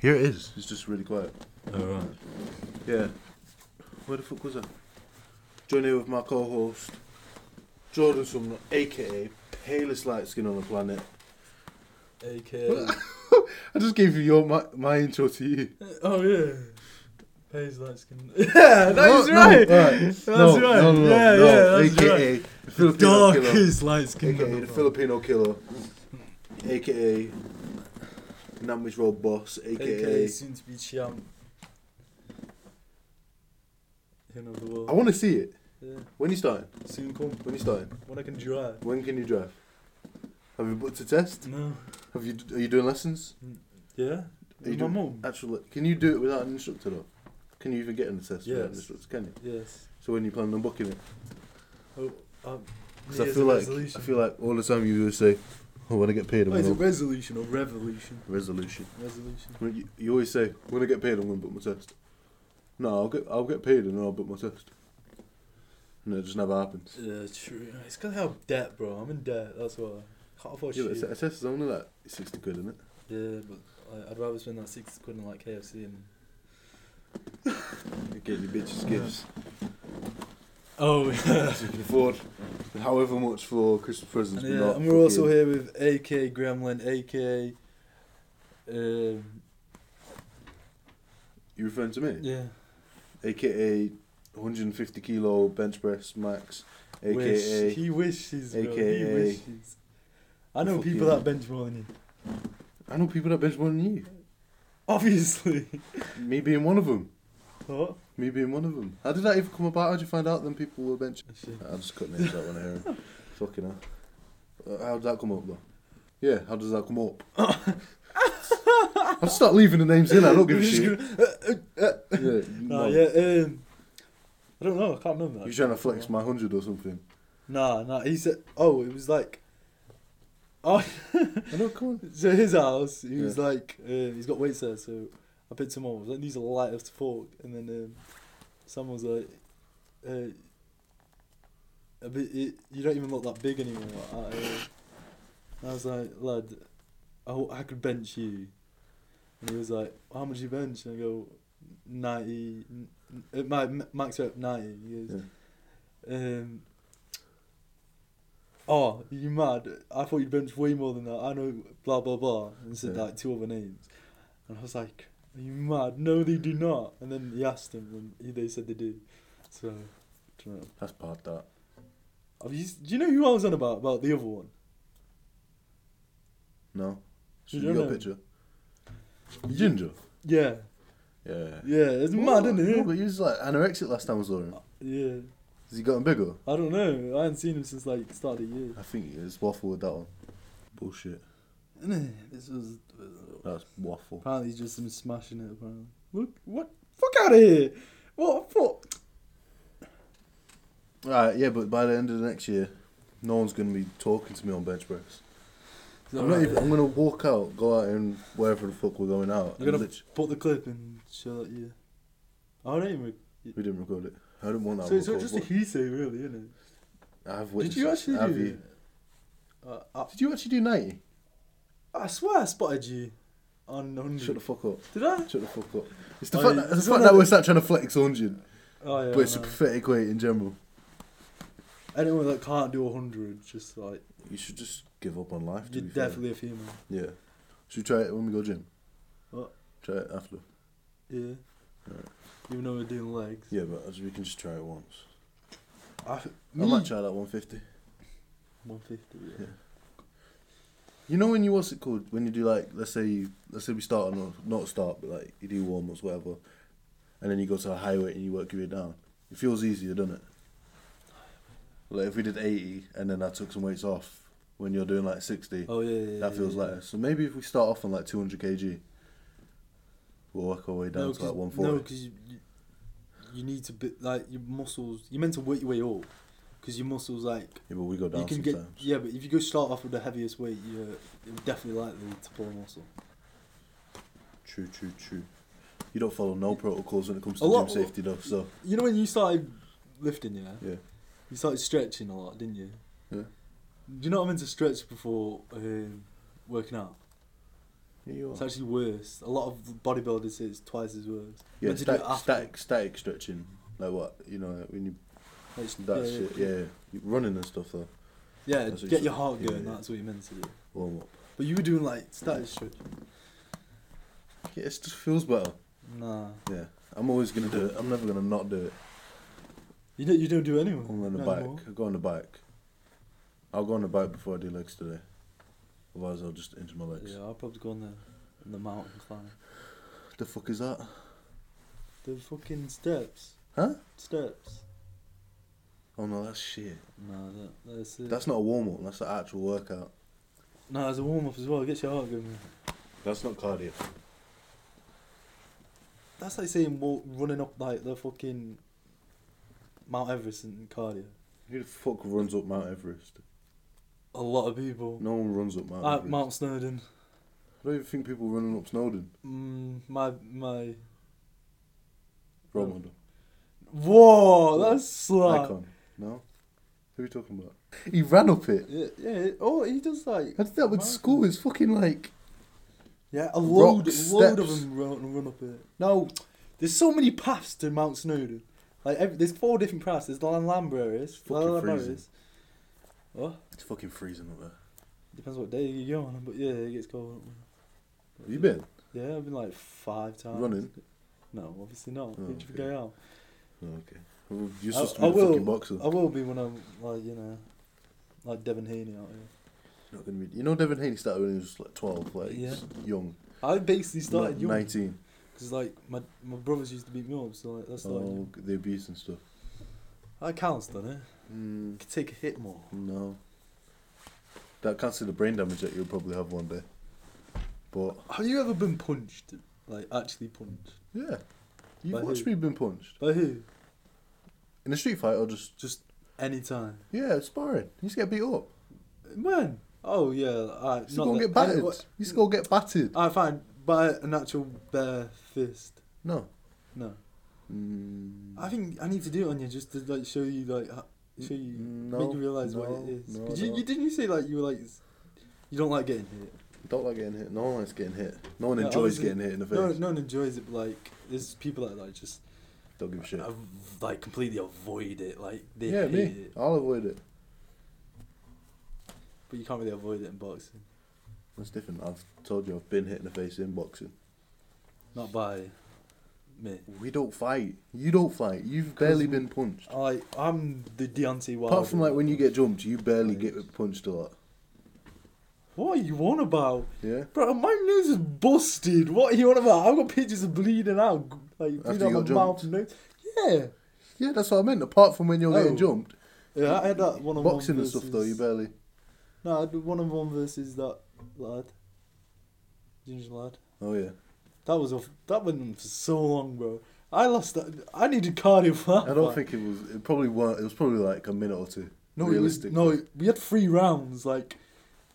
Here it is. It's just really quiet. All Oh, right. Yeah. Where the fuck was I? Joined here with my co-host, Jordan Sumner, aka palest light skin on the planet. AK. I just gave you your my, my intro to you. oh yeah. Pays light skin. Yeah, No, that's no, right. alright. That's No, right. no, no, yeah, no, yeah, that's right. AKA the Filipino killer. Darkest light skin. AKA the Filipino killer. AKA Namish Road boss. AKA AKA soon to be Chiam. You know the world. I want to see it. yeah. When you starting? Soon come When you starting? when I can drive. When can you drive? Have you booked a test? No. Have you are you doing lessons? Yeah. Are you With my doing mum. Actually, can you do it without an instructor though? Can you even get an assessment without an Yes. instructor? Can you? Yes. So when you plan on booking it? Oh, um, Because New I Year's feel like resolution. Oh, I feel like all the time you always say, "Oh, "I want to get paid." I'm Wait, is gonna it resolution or revolution? resolution. Resolution. Well, You, you always say, "When I get paid, I'm gonna book my test." No, I'll get I'll get paid and then I'll book my test. And it just never happens. Yeah, true. It's because I'm debt, bro. I'm in debt. That's why. Can't afford Yeah, but a shit. te- a test is only like sixty quid, isn't it? Yeah, but I- I'd rather spend that six quid on like KFC and. You get your bitches gifts. Oh. So you can afford however much for Christmas presents. but yeah, not and we're also fucking- here with AK Gremlin, AK. Um, You referring to me? yeah. AKA 150 kilo bench press max. AKA Wish. He wishes, bro. He AKA wishes. I know Fucking- people that bench more than you. I know people that bench more than you. Obviously. Me being one of them. what? Me being one of them. How did that even come about? How did you find out then people were benching? I just cut names out when I hear 'em. Fucking hell. Uh, How did that come up though? Yeah, how does that come up? I'll start leaving the names in. I don't give a shit. Yeah, no. Nah, yeah, um, I don't know. I can't remember. You're trying to flex my hundred or something. Nah, nah. He said, "Oh, it was like, oh, I know, come on. so his house. He was like, uh, he's got weights there, so I picked him up. I was like, these are light as fork. And then um, someone was like, uh, a bit, it, you don't even look that big anymore. I, uh, and I was like, lad, I, I could bench you. And he was like, how much you bench? And I go, 90, n- n- uh, my m- max rep 90. He goes, um, oh, you mad? I thought you'd bench way more than that. I know, blah, blah, blah. And said Yeah. like two other names. And I was like, are you mad? No, they do not. And then he asked them, and he, they said they do. So, I don't know. That's part that. Have you, do you know who I was on about? About the other one? No. So You you don't got a know. picture. Ginger. Yeah, Yeah. yeah, it's mad, isn't No, it? but he was like anorexic last time I saw him. Yeah, Has he gotten bigger? I don't know. I haven't seen him since like start of the year. I think he is. Waffle with that one. Bullshit. this was That's waffle. apparently he's just him smashing it. Apparently, look what fuck out of here. What fuck? Alright, yeah, but by the end of the next year, no one's going to be talking to me on bench press. I'm, not even, I'm going to walk out, go out and wherever the fuck we're going out. I'm gonna and lit- put the clip and show that you. I don't even. we didn't record it. I didn't want that. So it's all record, just a but he say, really, isn't it? I've Did witnessed you it. actually Have do? you? It? Uh, I, Did you actually do 90? I swear I spotted you on hundred. Shut the fuck up. Did I? Shut the fuck up. It's the Oh, fact, yeah. that, it's It's the one fact that of we're start trying to flex 100, Oh yeah. but it's a I know. pathetic weight in general. Anyone that can't do hundred, just like You should just give up on life. To you're be fair. definitely a female. Yeah. Should we try it when we go gym? What? Try it after. Yeah. Alright. Even though we're doing legs. Yeah, but as we can just try it once. I, I might try that 150. 150. Yeah. Yeah. You know when you what's it called when you do like let's say you let's say we start on a, not start but like you do warm ups whatever, and then you go to a high weight and you work your way down. It feels easier, doesn't it? Like if we did 80 and then I took some weights off when you're doing like 60, Oh yeah, yeah. that yeah, feels yeah. lighter. So maybe if we start off on like 200 kg, we'll work our way down to No, like 'cause- 140. no, 'cause you, you, you need to be, like your muscles. You're meant to work your way up, because your muscles like yeah, but we go you down can sometimes. get. Yeah, but if you go start off with the heaviest weight, you're, you're definitely likely to pull a muscle. True, true, true. You don't follow no protocols when it comes to A gym lot- safety though. So You know when you started lifting, yeah, yeah, you started stretching a lot, didn't you? Yeah. Do you know what I meant to stretch before um, working out? Yeah, you are. It's actually worse. A lot of bodybuilders say it's twice as worse. yeah, meant to do it static, after. static, static stretching. Like what? You know, like when you Like, it's- that shit. Yeah, You- running and stuff though. Yeah, That's what get you your said. heart Yeah, going. yeah. That's what you meant to do. Warm up. But you were doing like static stretch. Yeah, it just feels better. Nah, Yeah, I'm always gonna do it. I'm never gonna not do it. you don't. You don't do anyone. I'm on the not bike. anymore. I go on the bike. I'll go on the bike before I do legs today. Otherwise, I'll just injure my legs. Yeah, I'll probably go on the on the mountain climb. The fuck is that? The fucking steps. Huh? Steps. Oh no, that's shit. No, that, that's it. That's not a warm up. That's an actual workout. no, it's a warm up as well. It gets your heart going. man. That's not cardio. That's like saying walk, running up like the fucking Mount Everest in cardio. Who the fuck runs up Mount Everest? A lot of people. No one runs up Mount Like Everest. Mount Snowdon. I don't even think people running up Snowdon. Mm, my my. Role Um, model. Whoa, that's slap. Icon. No? Who are you talking about? He ran up it. Yeah, yeah. Oh, he does like. I did that with Marathon. school. It's fucking like. Yeah, a load, Rock load of steps. them run, run up it. No, there's so many paths to Mount Snowdon. Like, every, there's four different paths. There's the Lambreris, fucking Lambreris. Oh, It's fucking freezing up there. depends what day you go on, but yeah, it gets cold. Have you been? Yeah, I've been like five times. Running? No, obviously not. Oh, Who'd you think okay. I am? Oh, okay. Well, You're I- supposed to I be a will- fucking boxer. I will be when I'm like you know, like Devon Heaney out here. Not gonna be. You know, Devin Haney started when he was like 12, like Yeah. young. I basically started Like, young 19. because like my my brothers used to beat me up, so like that's started. Oh, young. the abuse and stuff. That counts, doesn't it? Mm, could take a hit more. no. That can't see the brain damage that you'll probably have one day. But, Have you ever been punched? Like actually punched? yeah. You've By who? watched me been punched. By who? In a street fight or just. Just anytime. Yeah, sparring. You used to get beat up. Man. Oh yeah. You Alright. used to go and get battered. You used to go get battered. Alright, fine. By an actual bare fist. No. No. Mm, I think I need to do it on you just to like show you like ho- show you Mm, No, make you realise what no, it is. no, Did you, no. you didn't you say like you were like s- you don't like getting hit. don't like getting hit. No one likes getting hit. No one Yeah, enjoys obviously- getting hit in the face. No, no one enjoys it. But, like there's people that like just Don't give a shit. av- like completely avoid it. Like they yeah, hate me. it, I'll avoid it. but you can't really avoid it in boxing. That's different. I've told you I've been hit in the face in boxing. Not by me. We don't fight. You don't fight. You've barely been punched. Like I'm the Deontay Wilder. Apart from like when you get jumped, you barely get punched a lot. What are you on about, Yeah. bro? My nose is busted. What are you on about? I've got pictures of bleeding out, g- like After bleeding out you my got mouth jumped? and nose. Yeah, Yeah, that's what I meant. Apart from when you're Oh. getting jumped, yeah. I had that one on boxing and stuff though, you barely. No, I had one on one versus that lad, ginger lad. Oh yeah. That was off. That went on for so long, bro. I lost that. I needed cardio for that. I don't fight. think it was. It probably weren't. It was probably like a minute or two. No, it was, realistic. no. it- We had three rounds. Like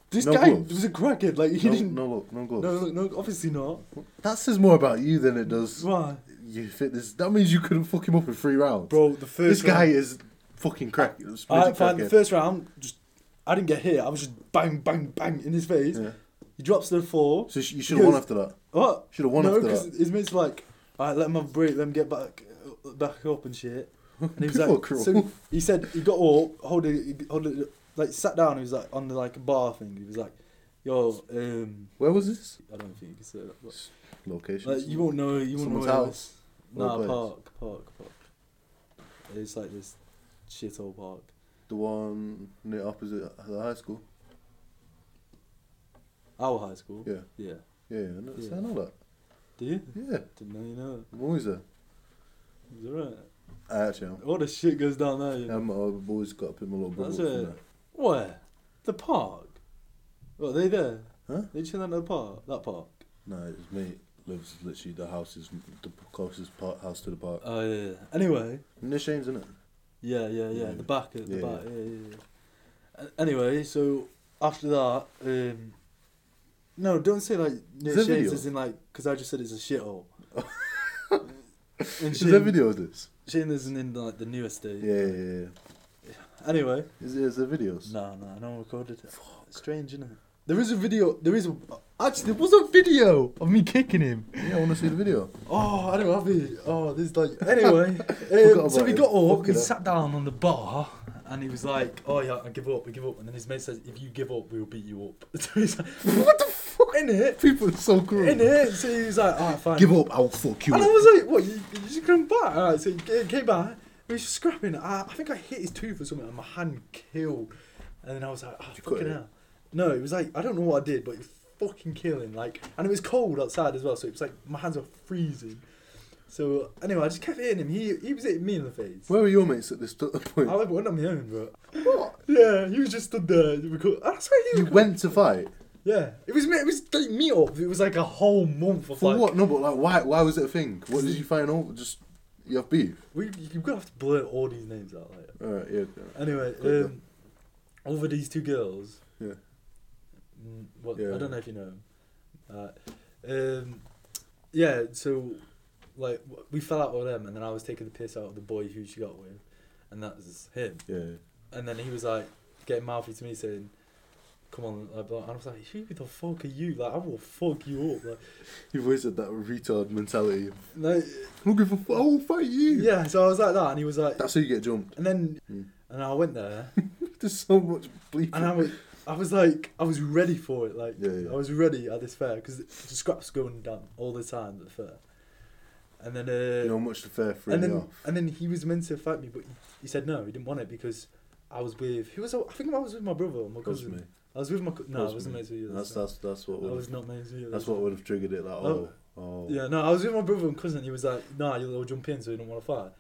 this No guy gloves. was a crackhead. Like he no, didn't. no look, no gloves. no, look, no, obviously not. That says more about you than it does Why? your fitness. That means you couldn't fuck him up in three rounds, Bro, the This first guy round, is fucking crack. I find the first round just I didn't get hit. I was just bang, bang, bang in his face. Yeah. He drops to the floor. So sh- you should have won after that. What? Should've won no, after because that. his mate's like, all right, let him have a break. Let him get back, back up and shit. And he was People like, are cruel. so he said he got up, hold it, hold it, like sat down. He was like on the like bar thing. He was like, yo, um, Where was this? I don't think you can say that. But, Location. like you won't know, you won't Someone's know where it house? Or was. a Nah, place? park, park, park. It's like this shithole park. The one near opposite the high school. Our high school. Yeah, Yeah. yeah, yeah. I know, see, I Yeah. know that. Do you? Yeah, Didn't know you know. I'm always there. Is that right? I actually am. All the shit goes down there, you know. I'm, I've always got up in my little bubble. That's from it. there. Where? The park. What, they there? Huh? They chilling at the park? That park? No, it's me. Lives literally the house is the closest part, house to the park. Oh, yeah. yeah. Anyway. And there's Shane's in it. Yeah, yeah, yeah. Yeah. The back, at the Yeah, back. Yeah, yeah, yeah. A- Anyway, so after that, um, no, don't say like near there Shane's video? as in like because I just said it's a shithole. and Is there Shane, video of this? Shane isn't in like the new estate. Yeah, yeah, yeah. Anyway, Is there, is there videos? no, no, no one recorded it. Strange, isn't it? There is a video. There is a, actually there was a video of me kicking him. Yeah, I want to see the video. Oh, I don't have it. Oh, this is like anyway. um, Forgot so about we it. got up. Fuck He it up. sat down on the bar, and he was like, "Oh yeah, I give up. We give up." And then his mate says, "If you give up, we'll beat you up." so he's like, "What the fuck in it? People are so cruel. In it?" So he was like, "All right, fine." Give up, I'll fuck you. And I up. was like, "What? You, you just come back?" All right, so he ca- came back. We was just scrapping. Uh, I, I think I hit his tooth or something, and my hand killed. And then I was like, "Oh cut fucking it? hell!" No, it was like I don't know what I did, but it was fucking killing. Like, and it was cold outside as well, so it was like my hands were freezing. So anyway, I just kept hitting him. He he was hitting me in the face. Where were your mates at this t- point? I went on my own, bro. What? Yeah, he was just stood there. and we co- I swear he You was. went to fight yeah, it was me- it was like me up. It was like a whole month of for like what? No, but like, why? Why was it a thing? What did you find out? Just you have beef. we you're gonna have to blur all these names out later. All right, yeah. all right. Anyway, Good um, over these two girls. Yeah. Mm, Well, Yeah. I don't know if you know. 'em. Uh, um, yeah. So, like, w- we fell out with them, and then I was taking the piss out of the boy who she got with, and that was him. Yeah. And then he was like getting mouthy to me, saying, "Come on," like, blah. and I was like, "Who the fuck are you? Like, I will fuck you up." Like, You've always had that retard mentality. of, no, I don't give a fuck. I will fight you. yeah. So I was like that, and he was like, That's how you get jumped. and then, Mm. and I went there. There's so much bleep. and I was, I was like, I was ready for it. Like, Yeah, yeah. I was ready at this fair because the scraps going down all the time at the fair. And then, uh, you know how much the fair threw and me then, off. and then he was meant to fight me, but he, he said no, he didn't want it because I was with who was I, I think I was with my brother or my That was cousin. me. I was with my co- no, That I wasn't me. meant to. You, That's that's that's what I would was have, not meant to. You, that's what would have triggered it. Like oh Oh. oh Yeah, no, I was with my brother and cousin. He was like, "Nah, you'll all jump in, so you don't want to fight."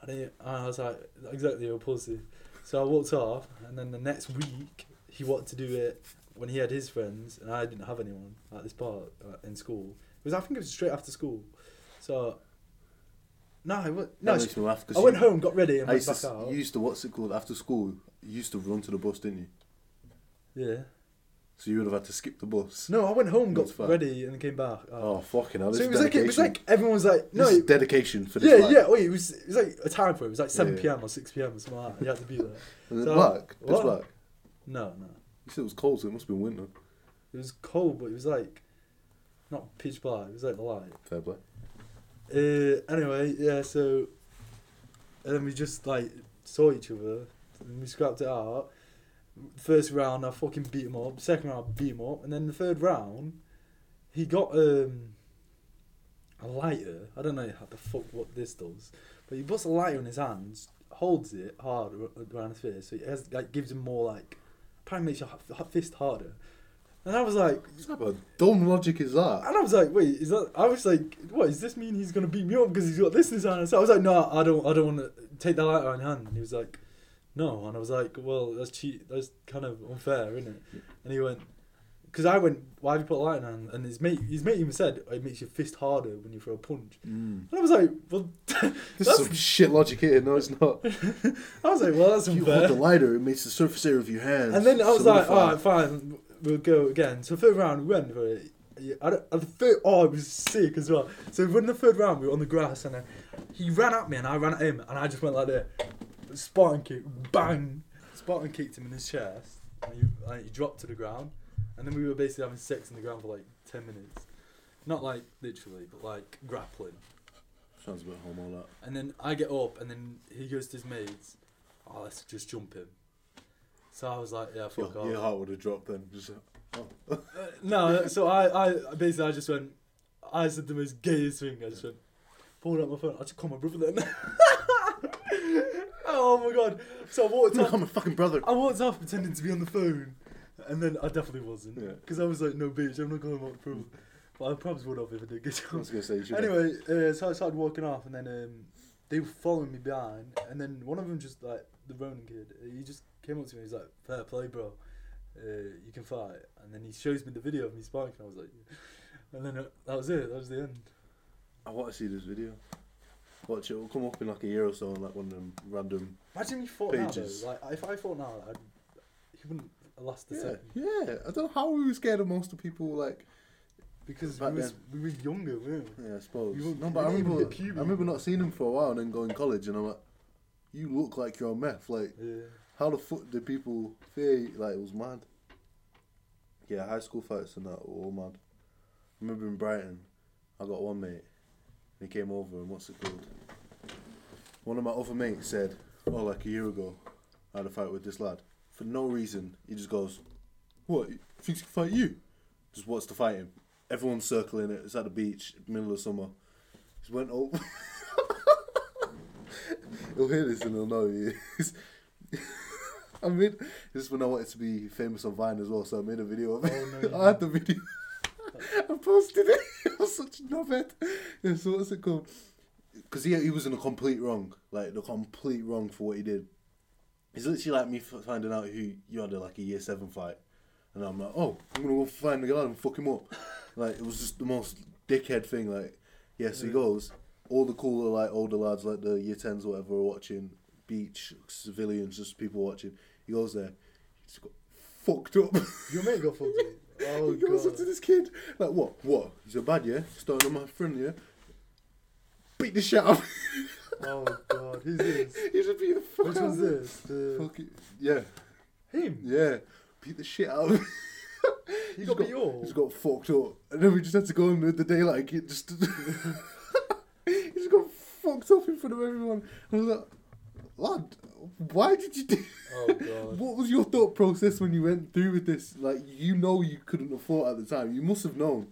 And, he, and I was like, "Exactly, you're a pussy." So I walked off, and then the next week he wanted to do it when he had his friends, and I didn't have anyone at this park uh, in school. It was I think it was straight after school, so no, I went, That no. makes me laugh because I went home, got ready, and I went used to, back s- out. you used to what's it called after school. You used to run to the bus, didn't you? Yeah. So you would have had to skip the bus. No, I went home, That's got fine. ready, and then came back. out. Oh fucking hell! This so it is was like it was dedication. like everyone was like, no, this is dedication for this. Yeah, lad. yeah. Wait, it was it was like a time for it. It was like seven Yeah. p.m. or six p.m. or something like that. You had to be there. Was it So- black? Pitch What? black. No, no. You said it was cold, so it must have been winter. It was cold, but it was like not pitch black. It was like the light. Fair play. Uh, anyway, yeah. So and then we just like saw each other. And we scrapped it out. First round, I fucking beat him up. Second round, I beat him up, and then the third round, he got um a lighter. I don't know how the fuck what this does, but he puts a lighter in his hands, holds it hard ar- around his face, so it has like gives him more like probably makes your h- h- fist harder. And I was like, What type of dumb logic is that? and I was like, wait, is that? I was like, what? Does this mean he's gonna beat me up because he's got this in his hand? So I was like, no, I don't, I don't want to take that lighter in hand. And he was like, no. And I was like, well, that's cheat. That's kind of unfair, isn't it? And he went, because I went, why have you put a lighter in hand? And his mate, his mate even said it makes your fist harder when you throw a punch. Mm. And I was like, well, This that's- is some shit logic here. No, it's not. I was like, well, that's you hold the unfair. lighter, it makes the surface area of your hands. And then I was like, solidify. all right, fine, we'll go again. So third round, we went for it. Yeah, I don't, and the third, oh, it was sick as well. So when the third round, we were on the grass, and then he ran at me, and I ran at him, and I just went like this, Spartan kick, bang! Spartan kicked him in his chest, and he, like, he dropped to the ground. And then we were basically having sex on the ground for like ten minutes, not like literally, but like grappling. Sounds a bit homo, that. And then I get up, and then he goes to his mates, oh, let's just jump him. So I was like, yeah, Your, fuck off. your heart would have dropped then. Just like, Uh, no, so I, I basically I just went. I said the most gayest thing. I just went, pulled out my phone. I just called my brother then. oh my god! So I walked Look, off. I'm a fucking brother. I walked off pretending to be on the phone, and then I definitely wasn't Yeah. because I was like, no bitch, I'm not calling my brother. But I probably would have if I did get I on. was gonna say you should. Anyway, uh, so I started walking off, and then um, they were following me behind, and then one of them just like the Ronan kid, he just came up to me. He's like, "Fair play, bro. Uh, you can fight." And then he shows me the video of me sparking. I was like, and then uh, that was it. That was the end. I want to see this video. Watch it. It'll come up in like a year or so on like one of them random. Imagine you fought Pages. now. Though. Like if I fought now, I'd, he wouldn't last a Yeah, second yeah. I don't know how we were scared of most of people. Like, because we, Back was, we were younger, weren't we? yeah, I suppose. You won't- No, but I you won't even remember. hit puberty. I remember not seeing him for a while, and then going college, and I'm like, "You look like you're on meth." Like, Yeah. how the fuck did people fear? You? Like, it was mad. yeah, high school fights and that were all mad. I remember in Brighton, I got one mate, and he came over, and what's it called? One of my other mates said, oh, like a year ago, I had a fight with this lad. For no reason, he just goes, what, he thinks he can fight you? Just wants to fight him. Everyone's circling it, it's at the beach, middle of summer. Just went up. he'll hear this and he'll know he is. I mean, this is when I wanted to be famous on Vine as well, so I made a video of it. Oh, no, you I had the video. I posted it. It was such a knobhead. Yeah, so what's it called? Because he, he was in the complete wrong. Like, the complete wrong for what he did. It's literally like me f- finding out who you had a, like a year seven fight, and I'm like, oh, I'm gonna go find the guy and fuck him up. like it was just the most dickhead thing. Like, yeah, so he goes. All the cooler like older lads, like the year tens or whatever, are watching beach civilians, just people watching. He goes there, he just got fucked up. Your mate got fucked up. Oh, he goes up God. to this kid, like, what, what? He's a bad, yeah. Starting on my friend, yeah. Beat the shit out. of him. Oh god, who's this? he just beat the fuck Which out one's of him. this? The... Fuck it. Yeah. Him. Yeah, beat the shit out of him. He He's got beat up. He's got fucked up. And then we just had to go on with the day like it just. he just got fucked up in front of everyone. And I was like, lad, why did you do Oh god. What was your thought process when you went through with this? Like, you know you couldn't have thought at the time. You must have known.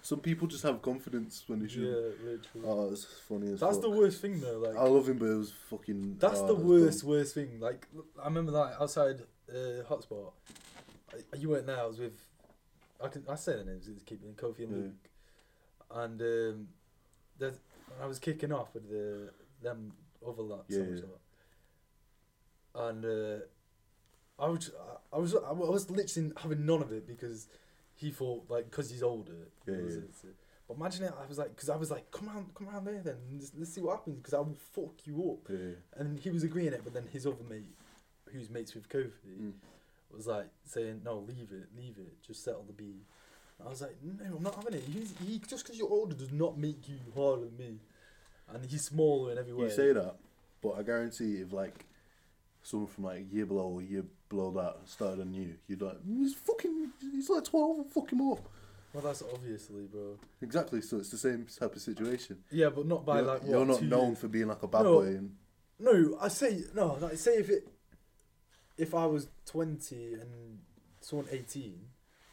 Some people just have confidence when they yeah, should. literally. Oh, it's funny as that's fuck. the worst thing though. Like I love him, but it was fucking. That's oh, the it was worst, dumb. worst thing. Like I remember that outside uh, hotspot. I, you weren't there. I was with. I can I say the names. It's keeping Kofi and Yeah. Luke, and um, there's- I was kicking off with the them other lads. Yeah, or yeah. something. And uh, I was I- I was I was literally having none of it because he thought like because he's older. Yeah, it was- yeah. it's- But imagine it. I was like, because I was like, come on, come around there, then let's, let's see what happens. Because I will fuck you up. Yeah. And he was agreeing it, but then his other mate, who's mates with Kofi, Mm. was like saying, "No, leave it, leave it, just settle the beef." And I was like, "No, I'm not having it. He's, he just because you're older does not make you harder than me." And he's smaller in every way. You say that, but I guarantee if like someone from like a year below or a year below that started on you, you'd like he's fucking he's like twelve, fuck him up. Well, that's obviously, bro. Exactly, so it's the same type of situation. Yeah, but not by you're like what, you're not two known years- for being like a bad No. boy and No, I say no. Like, say if it, if I was twenty and someone eighteen,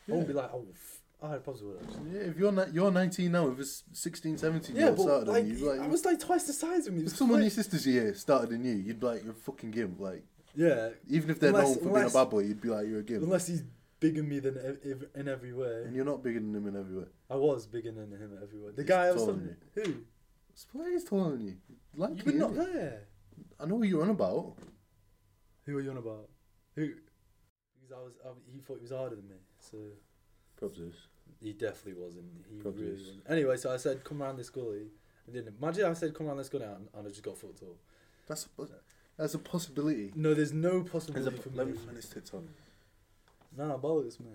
I wouldn't be Yeah. like, "Oh, f- I probably would." actually. yeah, if you're ni- you're 19 now, if it's 16, 17 year Yeah, old but started like, on you, like I was like twice the size of me. It if was someone crazy. your sister's year started on you, you'd be like you're a fucking gimp. Like Yeah, even if they're Unless- known for unless- being a bad boy, you'd be like you're a gimp. unless he's bigger than me than ev- ev- in every way. and you're not bigger than them in every way. I was bigger than him everywhere. The He's guy I was taller talking than who you Splay's taller than you. Like were not there. I know what you're on about. Who are you on about? Who? Because I was, I, he thought he was harder than me, so Probably. he definitely wasn't. He Probably really is. wasn't. Anyway, so I said, "Come round this gully." I didn't. Imagine I said, "Come round this gully," and, and I just got fucked up. That's a, pos- that's a possibility. No, there's no possibility for let me me. find this TikTok. Nah, bollocks, mate.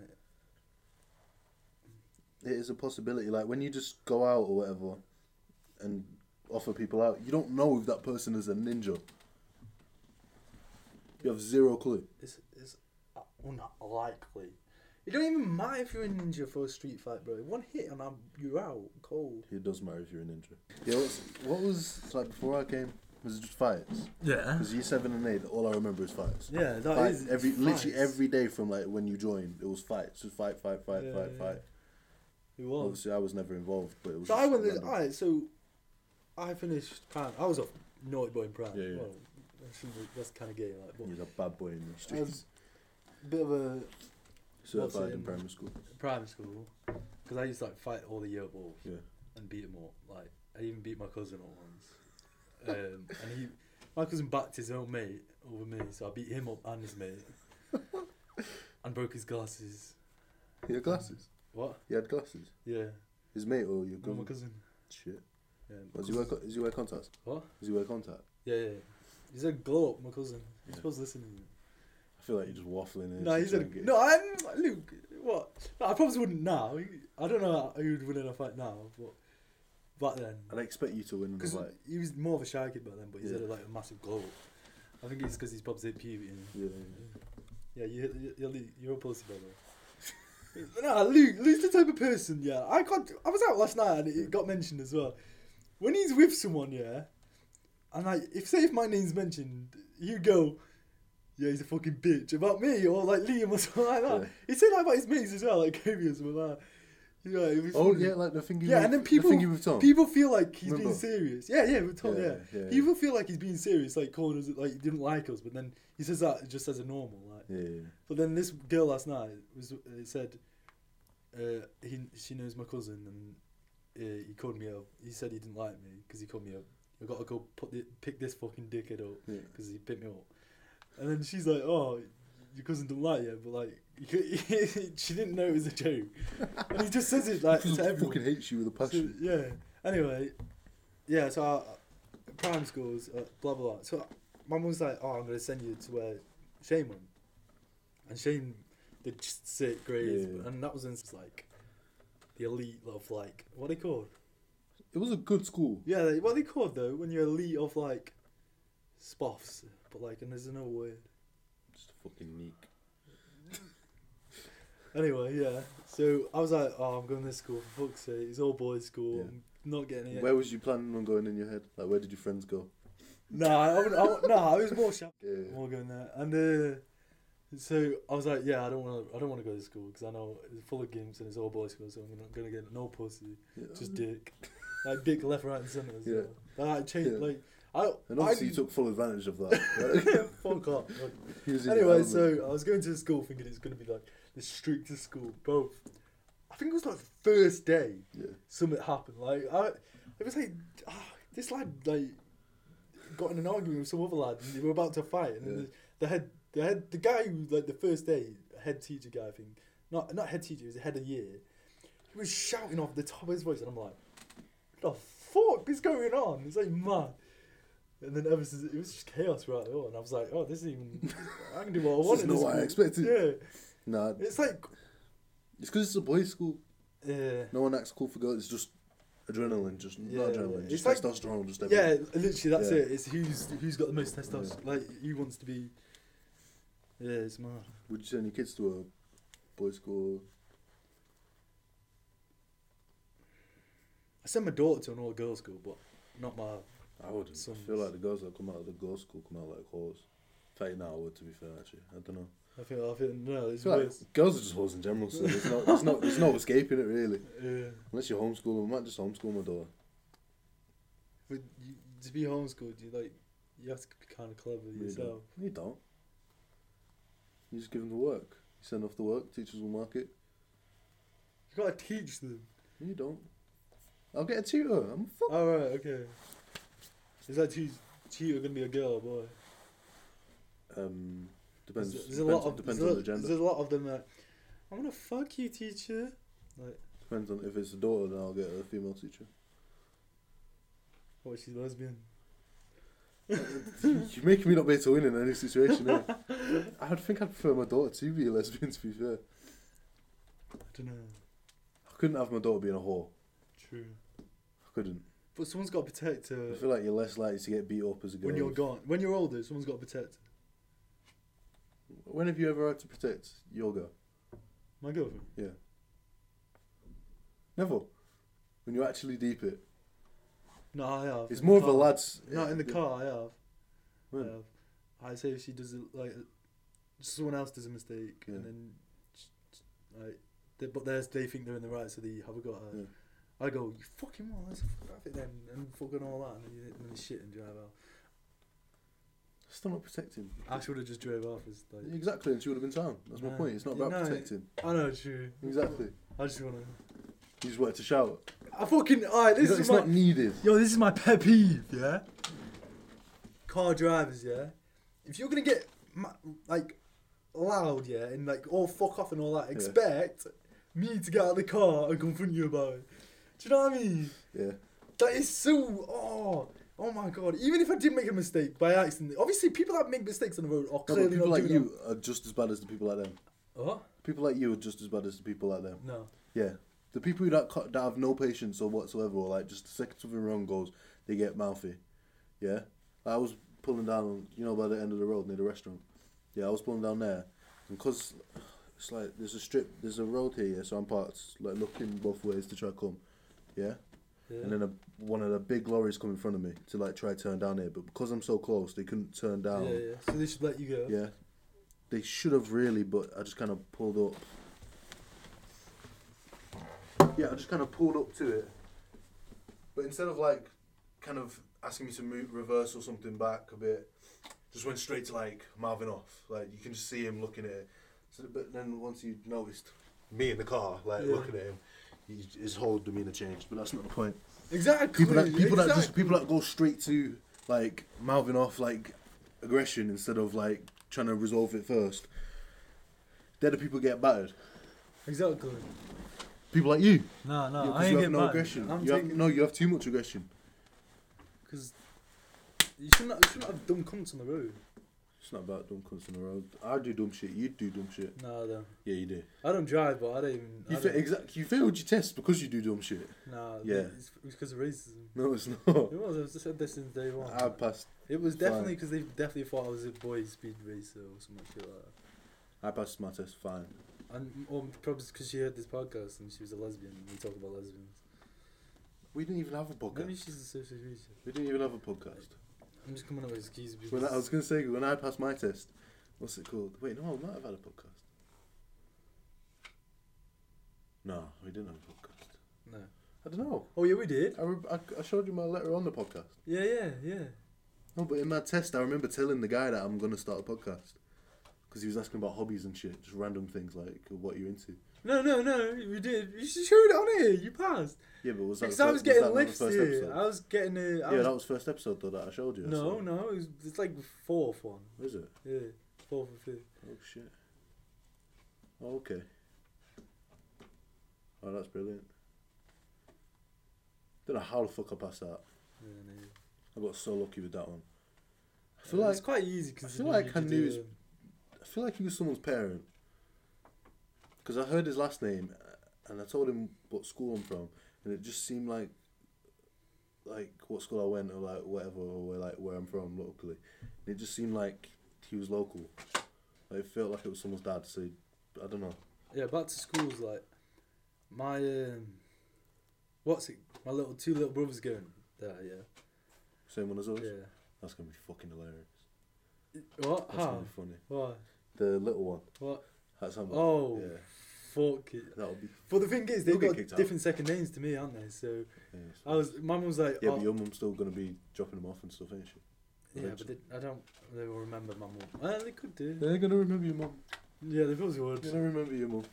It is a possibility. Like when you just go out or whatever, and offer people out, you don't know if that person is a ninja. You have zero clue. It's it's unlikely. It don't even matter if you're a ninja for a street fight, bro. One hit and I'm you're out cold. It does matter if you're a ninja. Yeah. What's, what was like before I came? Was it just fights? Yeah. Because year seven and eight, all I remember is fights. Yeah, that Fight is- every literally fights. every day from like when you joined, it was fights. Just fight, fight, fight, Yeah, fight, yeah. fight. It was. Obviously, I was never involved, but it was. So I just went. random. Alright, so I finished. Prime. I was a naughty boy in prime. Yeah, yeah. Well, that shouldn't be- that's kind of gay, like. But He was a bad boy in the streets. bit of a Certified in in- primary school. primary school, because I used to like fight all the year balls Yeah. and beat them all. Like I even beat my cousin up once. Um, and he, my cousin backed his own mate over me, so I beat him up and his mate, and broke his glasses. He had glasses. What? He had glasses. Yeah. His mate or your No, cousin? my cousin. Shit. Yeah. my Does he, wear, cousin- co- does he wear contacts? What? Does he wear contact? Yeah, yeah. He's a glow up, my cousin. He's Yeah. supposed to listen to you. I feel like you're just waffling. here No, to he's try a and get- no. I'm Luke. What? No, I probably wouldn't now. I don't know who'd win in a fight now, but back then, I'd expect you to win in the because fight. he was more of a shy kid back then, but he's Yeah. had like a massive glow. I think it's because he's probably hit puberty. And, Yeah, yeah, yeah, you, you, you're, you're a pussy, by the way. no, Luke, Luke's the type of person, yeah. I can't. I was out last night and it, it got mentioned as well. When he's with someone, yeah, and like, if say if my name's mentioned, you go, yeah, he's a fucking bitch about me or like Liam or something like that. Yeah. He said that about his mates as well, like Kobe or something like that. Yeah, it was Oh funny. yeah, like the thingy. Yeah, with, and then people the thingy with Tom. people feel like he's being Remember? serious. Yeah, yeah, with Tom, yeah. Yeah, yeah, yeah. people feel like he's being serious, like calling us like he didn't like us, but then he says that just as a normal, like. Yeah, yeah, But then this girl last night was uh, said, uh, he she knows my cousin and uh, he called me up. He said he didn't like me because he called me up. I gotta go put the, pick this fucking dickhead up yeah. because he picked me up. And then she's like, "Oh, your cousin don't like you," but like she didn't know it was a joke. and he just says it like He to everyone. fucking hates you with a So, passion. yeah. Anyway, yeah. So I, prime schools, uh, blah blah. blah. So my mum was like, "Oh, I'm gonna send you to where Shane went," and Shane did just sick grades, Yeah. and that was in like the elite of like what they called. It was a good school. Yeah, like, what they called though when you're elite of like spoffs, but like, and there's another word. Just a fucking neek. Anyway, yeah. So I was like, "Oh, I'm going to this school for fuck's sake. It's all boys' school. Yeah. I'm not getting it." Where was you planning on going in your head? Like, where did your friends go? No, I, wouldn't- I, wouldn't- no, I was more shy. Yeah. Morgan there, and uh, so I was like, yeah, I don't want to, I don't want to go to school because I know it's full of games and it's all boys' school, so I'm not gonna get no pussy, yeah. just dick, like dick left, right, and centre. So. Yeah. That I changed, Yeah. like, I. And obviously, I, you took full advantage of that. fuck off. like, He was in your anyway, element. so I was going to school thinking it's gonna be like the strictest school, bro. I think it was like the first day yeah, something happened. Like I, it was like ah, this lad like got in an argument with some other lad, and they were about to fight, and then Yeah. the, the head, the head, the guy who like the first day head teacher guy, I think not not head teacher, he was head of year. He was shouting off the top of his voice, and I'm like, what the fuck is going on? It's like mad. And then ever since it was just chaos right there, and I was like, "Oh, this is even I can do what I This is want." in not this what I school." expected. Yeah, nah, it's like, it's because it's a boys' school. yeah, No one acts cool for girls. It's just adrenaline, just Yeah, not adrenaline, it's just like- testosterone, just Yeah, everything. literally, that's Yeah. it. It's who's who's got the most testosterone. Like who wants to be. Yeah, it's mad. Would you send your kids to a boys' school? I sent my daughter to an all girls school, but not my. I would. Sons. I feel like the girls that come out of the girls' school come out like whores. In fact, no, I would. To be fair, actually, I don't know. I think I think no, I it's feel like worse. girls are just whores in general, so there's no, there's no, there's no escaping it really. Yeah, Unless you're homeschooling, I might just homeschool my daughter. but you, to be homeschooled, you like you have to be kind of clever You yourself. don't. You don't. You just give them the work. You send off the work. Teachers will mark it. You gotta teach them. You don't. I'll get a tutor. I'm fuck. All Oh, right, okay. Is that too cheater gonna be a girl or boy? Um, There's, depends. there's depends, a lot of depends there's, on a, the gender. there's a lot of them that I'm gonna fuck you, teacher. Like, Depends on if it's a daughter, then I'll get a female teacher. what? Oh, She's lesbian. You're making me not be able to win in any situation. eh? I would think I'd prefer my daughter to be a lesbian. To be fair, I don't know. I couldn't have my daughter being a whore. True. I couldn't. But someone's got to protect her I feel like you're less likely to get beat up as a girl. when you're gone. When you're older, someone's got to protect her. When have you ever had to protect your girl? My girlfriend. Yeah. Never. When you actually deep it, No, I have. it's in more the of a car. lad's. No, in the Yeah. car, I have. When? I have. I say if she does it like someone else does a mistake, Yeah. and then like, they, but they they think they're in the right, so they have a go at her. Yeah. I go, you fucking want let's have it then, and fucking all that, and then, you, and then you shit and drive out. Still not protecting. Ash would have just drove off. It's like, Exactly, and she would have been down. That's my No. point. It's not Yeah, about no. protecting. I know, true. Exactly. I just wanna. You just wanted to shout. I fucking. Alright, this It's, is it's my. not needed. Yo, this is my pet peeve, yeah? Car drivers, yeah? If you're gonna get, ma- like, loud, yeah, and, like, all fuck off and all that, expect me to get out of the car and confront you about it. Do you know what I mean? Yeah. That is so. Oh, oh my god. Even if I did make a mistake by accident, obviously, people that make mistakes on the road are No, but clearly people not like doing you are just as bad as the people like them. That. Huh? People like you are just as bad as the people like them. No. Yeah. The people who that, that have no patience or whatsoever, or like just the second something wrong goes, they get mouthy. Yeah. I was pulling down, you know, by the end of the road near the restaurant. Yeah, I was pulling down there, and cause It's like there's a strip, there's a road here, yeah, so I'm parked like looking both ways to try come, yeah. Yeah. And then a, one of the big lorries come in front of me to like try turn down here, but because I'm so close, they couldn't turn down. yeah, yeah. So they should let you go. um, Yeah. They should have really, but I just kind of pulled up. Yeah, I just kind of pulled up to it. But instead of like kind of asking me to move, reverse or something back a bit, just went straight to like Marvin off. Like you can just see him looking at it. So, but then once you noticed me in the car, like Yeah. looking at him, he, his whole demeanor changed. But that's not the point Exactly. people that people that just exactly. people that go straight to like mouthing off like aggression instead of like trying to resolve it first. They're the people who get battered. Exactly. People like you, No, no. Yeah, I 'cause ain't you have getting no mad. aggression. I'm you have, taking- no, you have too much aggression. Because you shouldn't, you shouldn't have dumb cunts on the road. It's not about dumb cunts on the road. I do dumb shit. You do dumb shit. No, I don't. Yeah, you do. I don't drive, but I don't even. You I fa- don't, exact. You failed your test because you do dumb shit. nah, Yeah. it's because of racism. No, it's not. It was. I've said this since day one. I passed. it was fine. definitely because they definitely thought I was a boy speed racer or something like that. I passed my test fine. And or probably because she heard this podcast and she was a lesbian and we talk about lesbians. We didn't even have a podcast. Maybe she's a social creature. We didn't even have a podcast. I'm just coming up with excuses. When I, I because- was gonna say when I passed my test, what's it called? Wait, no, I might have had a podcast. No, we didn't have a podcast. No. I don't know. Oh yeah, we did. I, re- I, I showed you my letter on the podcast. Yeah, yeah, yeah. No, but in my test, I remember telling the guy that I'm gonna start a podcast because he was asking about hobbies and shit, just random things like what you're into. No, no, no. We did. You should show it on here. You passed. Yeah, but was that? Because the I fir- was that getting not the lifts first here. episode? I was getting a. I yeah, was, that was first episode though that I showed you. no, so- no. It was, it's like fourth one. Is it? Yeah, fourth or fifth. Oh shit. Oh, okay. Oh, that's brilliant. Don't know how the fuck I passed that. Yeah, no. I got so lucky with that one. I So feel like it's quite easy. Cause feel like I knew his- I feel like he was someone's parent. Cause I heard his last name, uh, and I told him what school I'm from, and it just seemed like, like what school I went or like whatever or where, like where I'm from locally, and it just seemed like he was local. Like, it felt like it was someone's dad. So I don't know. Yeah, back to school's like my um, what's it? My little two little brothers going there. Yeah, Same one as us. yeah. That's gonna be fucking hilarious. What? That's How? gonna be funny. Why? The little one. What? That's how. Oh, Yeah. fuck it. That'll be. But the thing is, You'll they've get got kicked out. different second names to me, aren't they? So Yeah, I was, my mum was like, yeah oh, but your mum's still gonna be dropping them off and stuff, ain't she? yeah, but they, I don't. They will remember my mum. Well, they could do. They're gonna remember your mum. Yeah, they probably would. They're gonna remember your mum.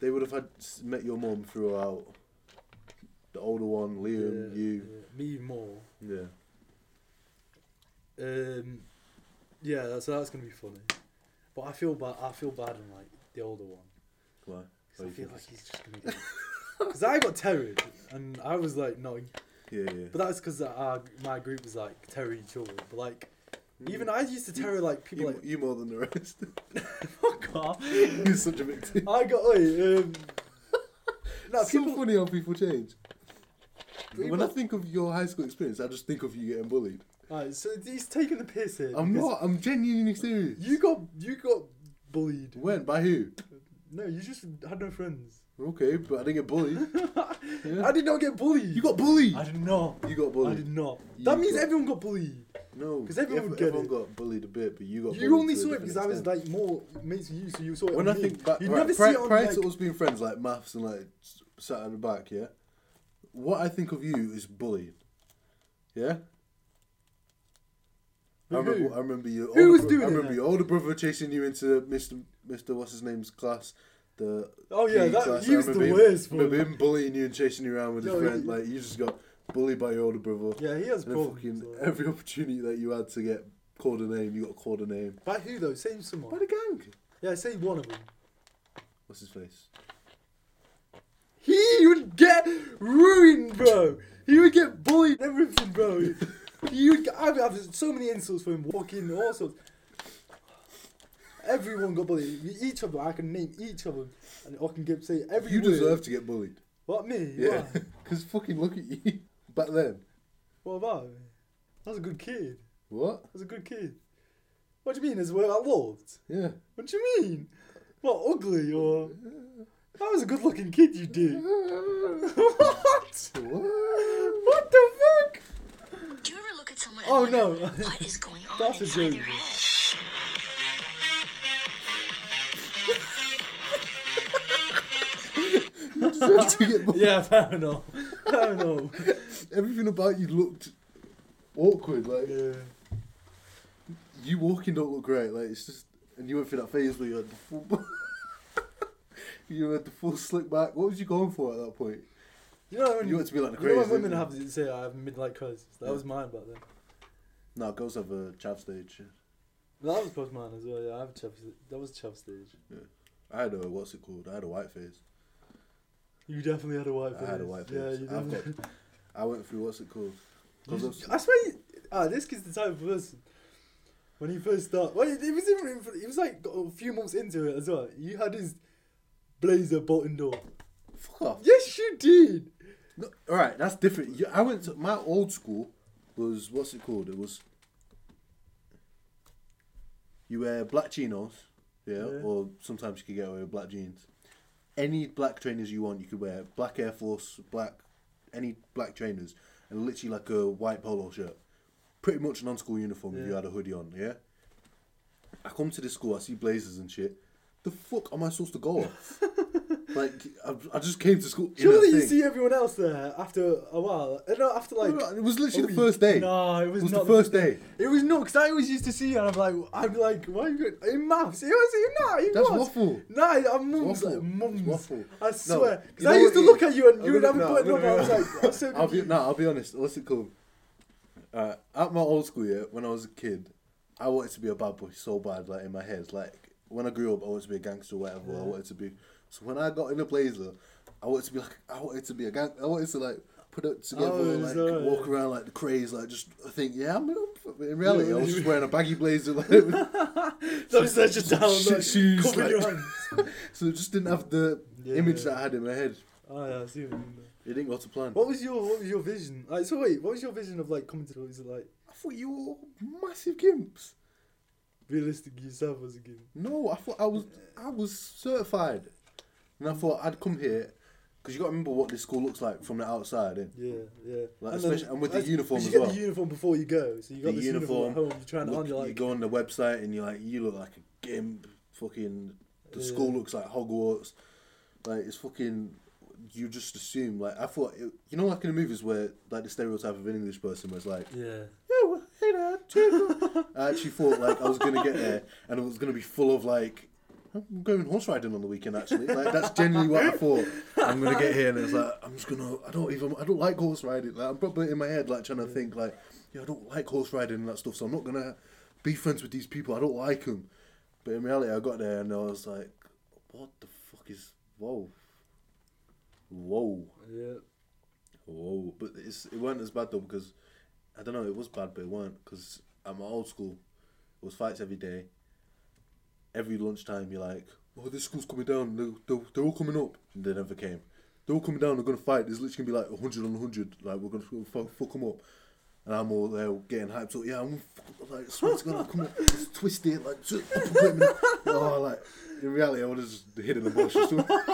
They would have had s- met your mum throughout. The older one, Liam, Yeah, you, yeah. me more. yeah. Um, yeah, that- so that's gonna be funny. But I feel bad. I feel bad on like the older one. Why? 'Cause Oh, I you think feel like it's- he's just gonna get. Because I got terrored, and I was like, no. Yeah, yeah. But that's because our my group was like terror each other. But like, Hmm. even I used to You- terror like people Mm. you, like you more than the rest. fuck off. You're such a victim. I got oi, um. No, It's so people. funny how people change. When I People- think of your high school experience, I just think of you getting bullied. Alright, so he's taking the piss here. I'm because not. I'm genuinely serious. You got you got bullied. When? By who? No, you just had no friends. Okay, but I didn't get bullied. Yeah. I did not get bullied. You got bullied. I did not. You got I bullied. did not. You that means got- everyone got bullied. No, 'Cause everyone ev- would get everyone it. got bullied a bit, but you got. You bullied only to a saw it different because I was extent. like more mates than you, so you saw it. When I on me. think back, you right, never prior, see it on prior like, to us being friends, like maths and like s- sat at the back, yeah. What I think of you is bullying. Yeah. I With who? remember, I remember your Who older was bro- doing I it remember then? your older brother chasing you into Mr. Mr. What's his name's class. The Oh, yeah, PE that- class. he I was the remember him- worst one. Remember him bullying you and chasing you around with his No, he- friend. Like you just got bullied by your older brother. yeah, he has And then fucking problems. though. every opportunity that you had to get called a name, you got called a name. By who though? Say someone. the gang. Yeah, say one of them. What's his face? He would get ruined, bro. He would get bullied, and everything, bro. You would. Get, I would have so many insults for him, walking all sorts. Everyone got bullied. Each of them, I can name each of them, and I can give say every. You word. deserve to get bullied. What me? Yeah. Why? Because fucking look at you. Back then. What about me? I was a good kid. What? I was a good kid. What do you mean? Is where I loved? Yeah. What do you mean? What, ugly or? I was a good looking kid, you did. what? What the fuck? Do you ever look at someone Oh, and no. wonder what is going on That's a inside joke. their head? Deserve to get bu- Yeah, fair enough. Fair enough. Everything about you looked awkward. Like Yeah. you walking don't look great. Like it's just, and you went through that phase where you had the full, you had the full slick back. What was you going for at that point? You know when You want to be like the you know when craziest, women don't have to say I have midlife crisis. That Yeah. was mine back then. No, girls have a chav stage. That was post mine as well. Yeah, I have chav. That was chav stage. I had a what's it called? I had a white face. You definitely had a white face. I had a white face. Yeah, you I've definitely. got, I went through what's it called? 'Cause You- I've- I swear, you, ah, this kid's the type of person. When he first started, well, he, he was in, in- he was like a few months into it as well. You had his blazer buttoned up. fuck off. Yes, you did. No, all right, that's different. You, I went to my old school was what's it called? It was you wear black chinos, yeah, Yeah. or sometimes you could get away with black jeans. Any black trainers you want, you could wear black Air Force, black any black trainers, and literally like a white polo shirt. Pretty much non-school uniform if you Yeah. had a hoodie on, yeah. I come to this school, I see blazers and shit. The fuck am I supposed to go off? like I, I just came to school. in a Surely you thing. see everyone else there after a while. Uh, No, after like. No, no, it was literally a the week. first day. No, it It was, was not the first day. It was not because I always used to see you and I'm like, I'm like, why are you good in maths? It was nah, it That's was. waffle. Nah, I'm mums, Waffle. like mums. It's waffle. I No, swear, because you I know used to what look it- at you and I'm you would have gonna- a no, button I'm up. I was gonna- like, I'm so I'll be, confused. no, I'll be honest. What's it called? Uh, at my old school, yeah, when I was a kid, I wanted to be a bad boy so bad, like in my head. Like when I grew up, I wanted to be a gangster, or whatever. I wanted to be. So when I got in a blazer, I wanted to be like, I wanted to be a gang. I wanted to like put it together, Oh, and, like is that- walk around like the craze, like just think, yeah, I'm. In reality, I was just wearing a baggy blazer. Like, Those are just down. Shit like, shoes, cover like- your hands. so it just didn't have the Yeah. image that I had in my head. Oh yeah, I see what you mean. there. It didn't go to plan. What was your What was your vision? Like, so wait, what was your vision of like coming to the? Was it like I thought you were all massive gimps. realistic yourself as a game? No, I thought I was I was certified, and I thought I'd come here because you got to remember what this school looks like from the outside. In Yeah, yeah. Like, then- especially- and with the that's- uniform 'cause as you well. get the uniform before you go, so you got The this uniform, uniform, at home. You're trying it Look, on. You're you like, go on the website and you're like, you look like a gimp. Fucking the school Yeah. looks like Hogwarts. Like it's fucking. You just assume like I thought it, you know like in the movies where like the stereotype of an English person was like yeah. "Yeah, well, hey, Dad, cheers." I actually thought like I was gonna get there and it was gonna be full of like I'm going horse riding on the weekend actually. Like that's genuinely what I thought. I'm gonna get here and it's like I'm just gonna I don't even I don't like horse riding. Like I'm probably in my head like trying to think like yeah I don't like horse riding and that stuff so I'm not gonna be friends with these people. I don't like them. But in reality I got there and I was like what the fuck is whoa whoa Yeah. Whoa! But it's it weren't as bad though because I don't know it was bad but it weren't because at my old school it was fights every day. Every lunchtime you're like, oh this school's coming down, they're, they're, they're all coming up, and they never came. They're all coming down, they're gonna fight. There's literally gonna be like hundred on hundred, like we're gonna fuck- fuck, fuck them up. And I'm all there getting hyped up. Yeah, I'm gonna fuck, like swear to God, I'll come up, just twist it, like just, oh like in reality I would have just hidden the bush. or something.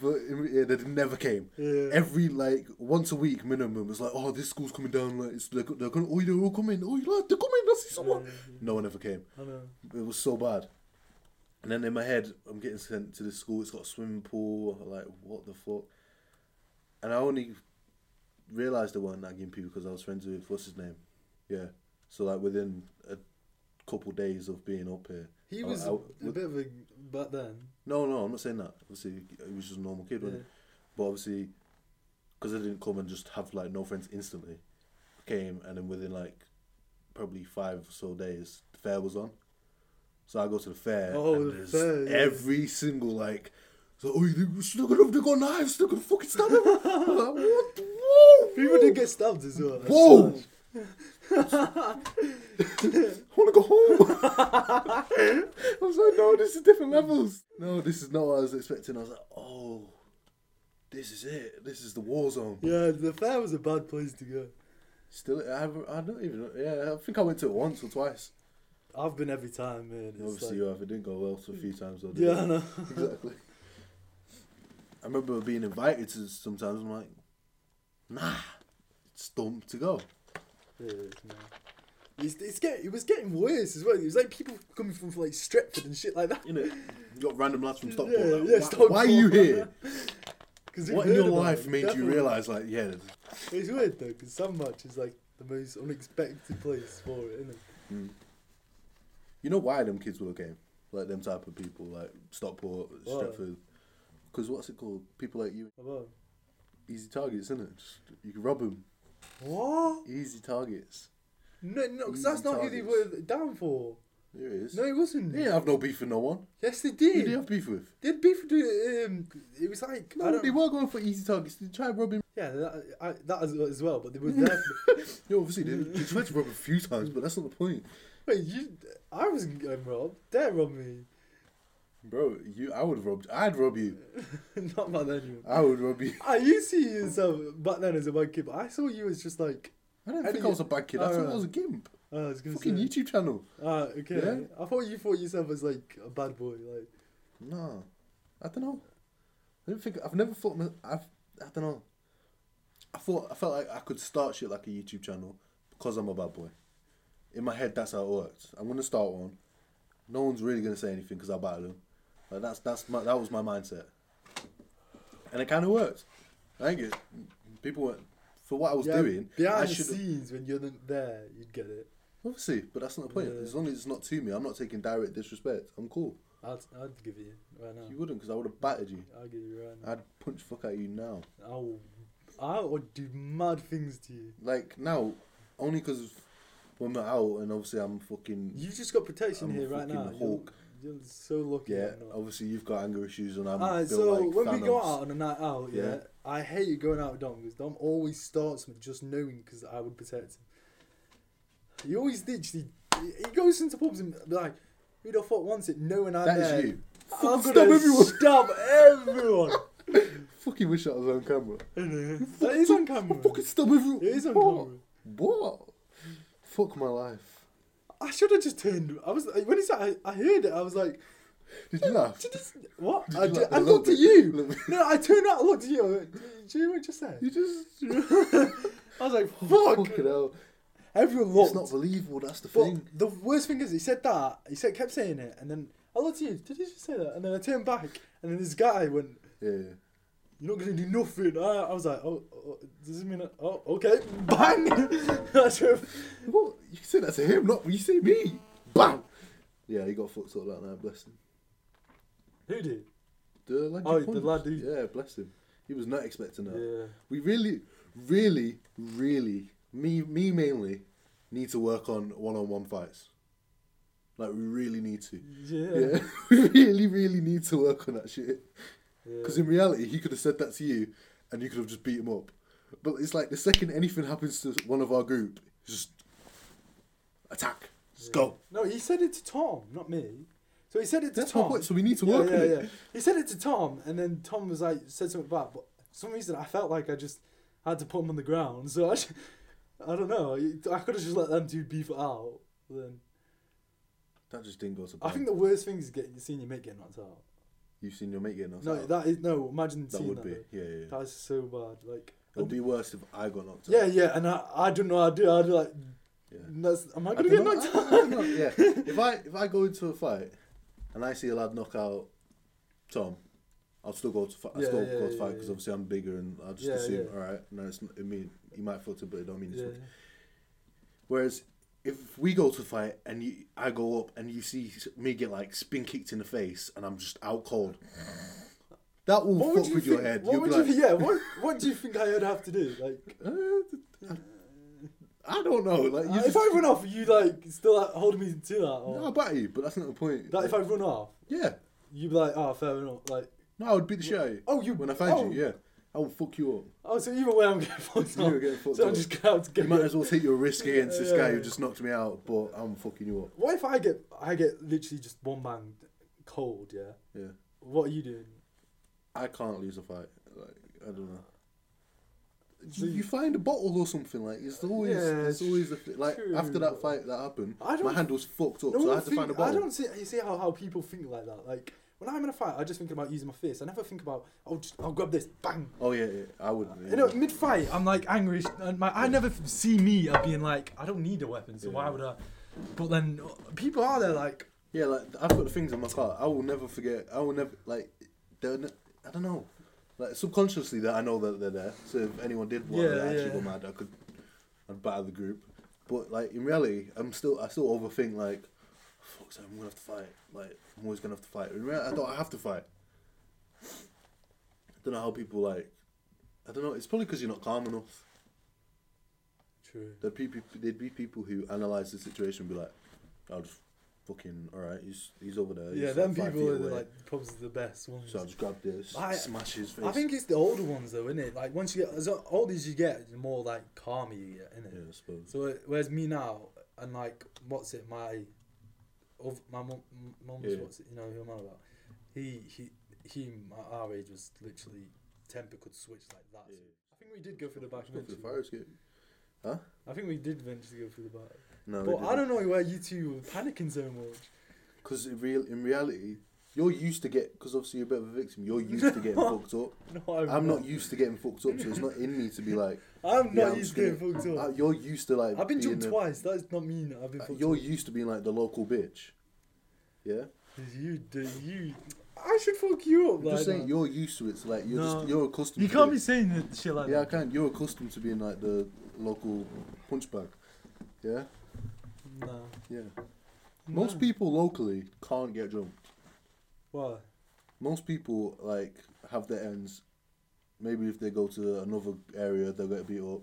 But in, yeah, they never came. Yeah. Every like once a week minimum was like, oh, this school's coming down. Like it's, they're, go- they're going. Oh, they're all coming. Oh, you like they're coming. I see someone. Yeah, No one ever came. Mm. I know. It was so bad. And then in my head, I'm getting sent to this school. It's got a swimming pool. Like what the fuck? And I only realised they weren't that gimpy because I was friends with what's his name. Yeah. So like within a couple days of being up here, He I- was Oh, I- a with- bit of a back then. no, no, I'm not saying that. Obviously, he was just a normal kid, wasn't Yeah. he? But obviously, because I didn't come and just have like no friends instantly, came and then within like probably five or so days, the fair was on. So I go to the fair. Oh, and the there's fair, yeah. Every single like, so oh, they're still gonna, they got knives, they're gonna fucking stab him. I'm like, what? Whoa! People did get stabbed as well. I Whoa! swear. I want to go home. I was like, no, this is different levels. No, this is not what I was expecting. I was like, oh, this is it. This is the war zone. Yeah, the fair was a bad place to go. Still, I, haven't- I don't even. Yeah, I think I went to it once or twice. I've been every time, man. It's Obviously, like, you have. It didn't go well, so a few times. I did. yeah, I know. exactly. I remember being invited to sometimes. I'm like, nah, it's dumb to go. Yeah, it's mad. It's, it's get, it was getting worse as well. It was like people coming from like Stretford and shit like that. You know, you got random lads from Stockport. Yeah, like, yeah, why, Stockport. why are you here? 'Cause they've What in heard your about life it, made you definitely. realise, like, yeah, there's- It's weird though, because Sandmatch is like the most unexpected place for it, isn't it? you know why them kids were okay? Like, them type of people, like Stockport, Why? Stratford. Because what's it called? People like you, Hello. easy targets, isn't it? Just, you can rob them. What? Easy targets. No, no, because Easy that's not who they targets. were down for. There it is. No, it wasn't. They didn't have no beef with no one. Yes, they Who did. did they have beef with? They'd be for the. Um, it was like. I No, don't, they were going for easy targets. They tried robbing. yeah, that, I, that as, as well, but they were there. For, No, obviously, they, they tried to rob a few times, but that's not the point. wait, you. I wasn't getting robbed. They robbed me. Bro, you, I would have robbed. I'd rob you. not back then, you. I would rob you. I you see yourself back then um, as a bad kid, but I saw you as just like. I don't How think do I you- was a bad kid. I thought I Alright. was a gimp. Oh, I was gonna Fucking say. YouTube channel. Ah, okay. Yeah. I thought you thought yourself as like a bad boy, like. Nah, I don't know. I didn't think I've never thought. my- I've I don't know. I thought I felt like I could start shit like a YouTube channel because I'm a bad boy. In my head, that's how it works. I'm gonna start one. No one's really gonna say anything because I battle them. Like that's that's my that was my mindset, and it kind of worked. I think it. People weren't for what I was Yeah, doing. I behind the should scenes when you're not there, you'd get it. obviously, but that's not the point. Yeah. As long as it's not to me, I'm not taking direct disrespect. I'm cool. I'd, I'd give it you right now. You wouldn't because I would have battered you. I'll give you right now. I'd punch fuck out you now. I'll, I would do mad things to you. Like now, only because when we're out and obviously I'm fucking You've just got protection I'm a here right now. fucking You're, hawk. you're so lucky. yeah. I'm not. Obviously you've got anger issues and I'm. Alright, built Uh, Ah, so like when we go Thanos. out on a night out, yeah, Yeah. I hate you going out with Dom because Dom always starts with just knowing because I would protect him. He always literally he goes into pubs and be like, "Who the fuck wants it?" Knowing I'm That is there, you. I'm Fuck, gonna stab everyone. stab everyone. fucking wish that was on camera. that is on camera. I fucking stab everyone. It is on What? camera. What? Fuck my life. I should have just turned. I was when he said, I, I heard it. I was like, Did you laugh? "Did this, what?" Did I, you did, like I the little looked at bit? Little you. bit. No, I turned out. I looked at you. I went, Do do you know what you just said? You just I was like, "Fuck!" fucking hell. Everyone It's looked. not believable. That's the But thing. the worst thing is, he said that. He said, kept saying it, and then I looked at you. Did you just say that? And then I turned back, and then this guy went, Yeah. "You're not gonna do nothing." I, I was like, "Oh, oh does it mean? I- oh, okay, bang!" That's what- What? You said that to him, not you say me. Bam. Yeah, he got fucked up that night. Bless him. Who did? The lad you Oh, the punched. lad who- Yeah, bless him. He was not expecting that. Yeah. We really, really, really, me, me mainly, need to work on one-on-one fights. Like we really need to. Yeah. Yeah, we really, really need to work on that shit. Yeah. Because in reality, he could have said that to you, and you could have just beat him up. But it's like the second anything happens to one of our group, just attack. Just go. No, he said it to Tom, not me. So he said it to That's Tom. my point. So we need to yeah, work yeah, on it. yeah. He said it to Tom, and then Tom was like, said something back, but for some reason I felt like I just had to put him on the ground. So I, sh- I don't know. I could have just let them two beef it out. Then That just didn't go to I plan. think the worst thing is getting seeing your mate get knocked out. You've seen your mate getting knocked No, out. that is no. Imagine That seeing would that. be. though. Yeah, yeah, yeah. That is so bad. Like, It would be worse if I got knocked out. yeah, yeah. And I, I don't know. I do. I'd be like, that's, am I I gonna dunno, get knocked I- out? I dunno, yeah. If I if I go into a fight and I see a lad knock out Tom, I'll still go to fight. I Yeah, still yeah, go to yeah, fight because yeah. obviously I'm bigger and I just Yeah, assume yeah. all right. No, it's not, I mean he might fuck it, but it don't mean it's Yeah. fucked. Whereas if we go to fight and you, I go up and you see me get like spin kicked in the face and I'm just out cold, that will What fuck would with you your think- head. What You'll be would like, you? Yeah. What What do you think I would have to do? Like. "Uh, I don't know. Like you Uh, just, if I run off, are you like still like, holding me to that? Or No, I bat you, but that's not the point. that if I run off, yeah. you'd be like, oh, fair enough. Like, No, I would beat the shit out of you. Oh, you- When I find oh. you, yeah. I will fuck you up. oh, so either way, I'm getting fucked You up. were getting fucked so up. I'm just going to You get. might as well take your risk against this guy who Yeah. just knocked me out, but I'm fucking you up. What if I get I get literally just one bang cold? Yeah. Yeah. What are you doing? I can't lose a fight. Like, I don't know. you, you find a bottle or something like it's always Yeah, it's always the, th- like true. after that fight that happened I don't my hand was fucked up No so I one had to think- find a I bottle don't see. You see how, how people think like that. Like when I'm in a fight, I just think about using my fist. I never think about oh, just, I'll grab this, bang. oh yeah, yeah I would yeah. You know, mid fight, I'm like angry. sh- And my, I never f- see me as being like, I don't need a weapon, so why Yeah. would I? But then uh, people are there like, yeah like I've got the things in my car I will never forget I will never like they're n- I don't know like subconsciously that I know that they're there so if anyone did want Yeah, to actually yeah. go mad I could I'd batter the group but like in reality I'm still I still overthink like fuck I'm gonna have to fight like I'm always gonna have to fight in reality I don't have to fight I don't know how people like I don't know it's probably because you're not calm enough true. there'd be peop- there'd be people who analyze the situation and be like, "I'll just fucking all right. He's he's over there. Yeah, he's them five people are feet away, like probably the best ones. eh? So I just grab this, I- smash his face. I think it's the older ones though, isn't it? Like once you get as old as you get, the more like calm you get, isn't it? yeah, I suppose. So uh, whereas me now, and like what's it, my, of my mum, mum's Yeah. what's it, you know who I'm on about. He he he, at our age was literally temper could switch like that. Yeah. I think we did go through the back Let's go for the fire eventually. escape. I think we did eventually go through the back. No, but I don't know why you two were panicking so much. Because in real in reality, you're used to get because obviously you're a bit of a victim. You're used to getting fucked up. No, I'm, I'm not used to getting fucked up, so it's not in me to be like. I'm yeah, not I'm used to just getting fucked Uh, up. you're used to like. I've been being jumped the- twice. That is not mean. I've been uh, fucked You're up. used to being like the local bitch. Yeah. You do you. I should fuck you up. I'm Like just saying that. you're used to it. So like you're No. just you're accustomed. you to can't it. be saying that shit like Yeah, I that. can. You're accustomed to being like the local punch bag. Yeah, Nah. yeah. Most people locally can't get drunk. Why? Most people like have their ends. Maybe if they go to another area, they'll get beat up.